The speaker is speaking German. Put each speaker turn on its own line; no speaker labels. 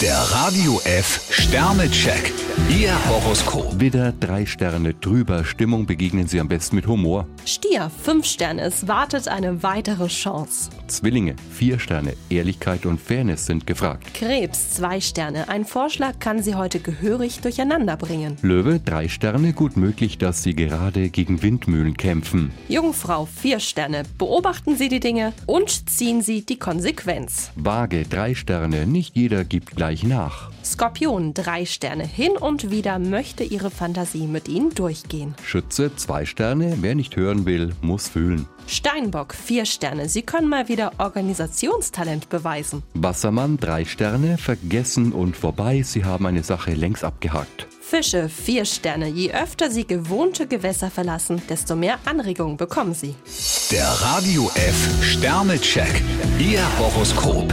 Der Radio F Sternecheck. Ihr Horoskop.
Widder, drei Sterne drüber. Stimmung begegnen Sie am besten mit Humor.
Stier, 5 Sterne, es wartet eine weitere Chance.
Zwillinge, vier Sterne. Ehrlichkeit und Fairness sind gefragt.
Krebs, 2 Sterne, ein Vorschlag kann Sie heute gehörig durcheinander bringen.
Löwe, drei Sterne. Gut möglich, dass Sie gerade gegen Windmühlen kämpfen.
Jungfrau, 4 Sterne, beobachten Sie die Dinge und ziehen Sie die Konsequenz.
Waage, drei Sterne. Nicht jeder gibt gleich nach.
Skorpion, 3 Sterne, hin und wieder möchte Ihre Fantasie mit Ihnen durchgehen.
Schütze, zwei Sterne. Wer nicht hören will, muss fühlen.
Steinbock, 4 Sterne, Sie können mal wieder Organisationstalent beweisen.
Wassermann, drei Sterne. Vergessen und vorbei. Sie haben eine Sache längst abgehakt.
Fische, 4 Sterne, je öfter Sie gewohnte Gewässer verlassen, desto mehr Anregungen bekommen Sie.
Der Radio F Sternecheck. Ihr Horoskop.